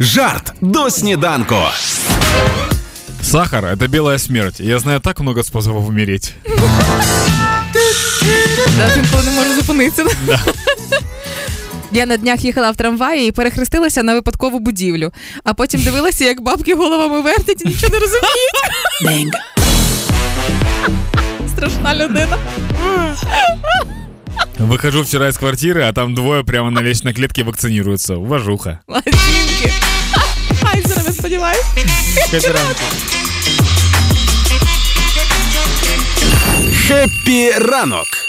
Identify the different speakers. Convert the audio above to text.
Speaker 1: Жарт до сніданку.
Speaker 2: Сахар — это белая смерть. Я знаю так много способов умереть.
Speaker 3: Навіть інколи не можу зупинитися. Я на днях їхала в трамваї і перехрестилася на випадкову будівлю, а потім дивилася, як бабки головами вертять і нічого не розуміють. Страшна людина.
Speaker 2: Выхожу вчера из квартиры, а там двое прямо на лестничной клетке вакцинируются. Уважуха.
Speaker 3: Лазінки. Айзерами сподіваюсь.
Speaker 1: Хеппі ранок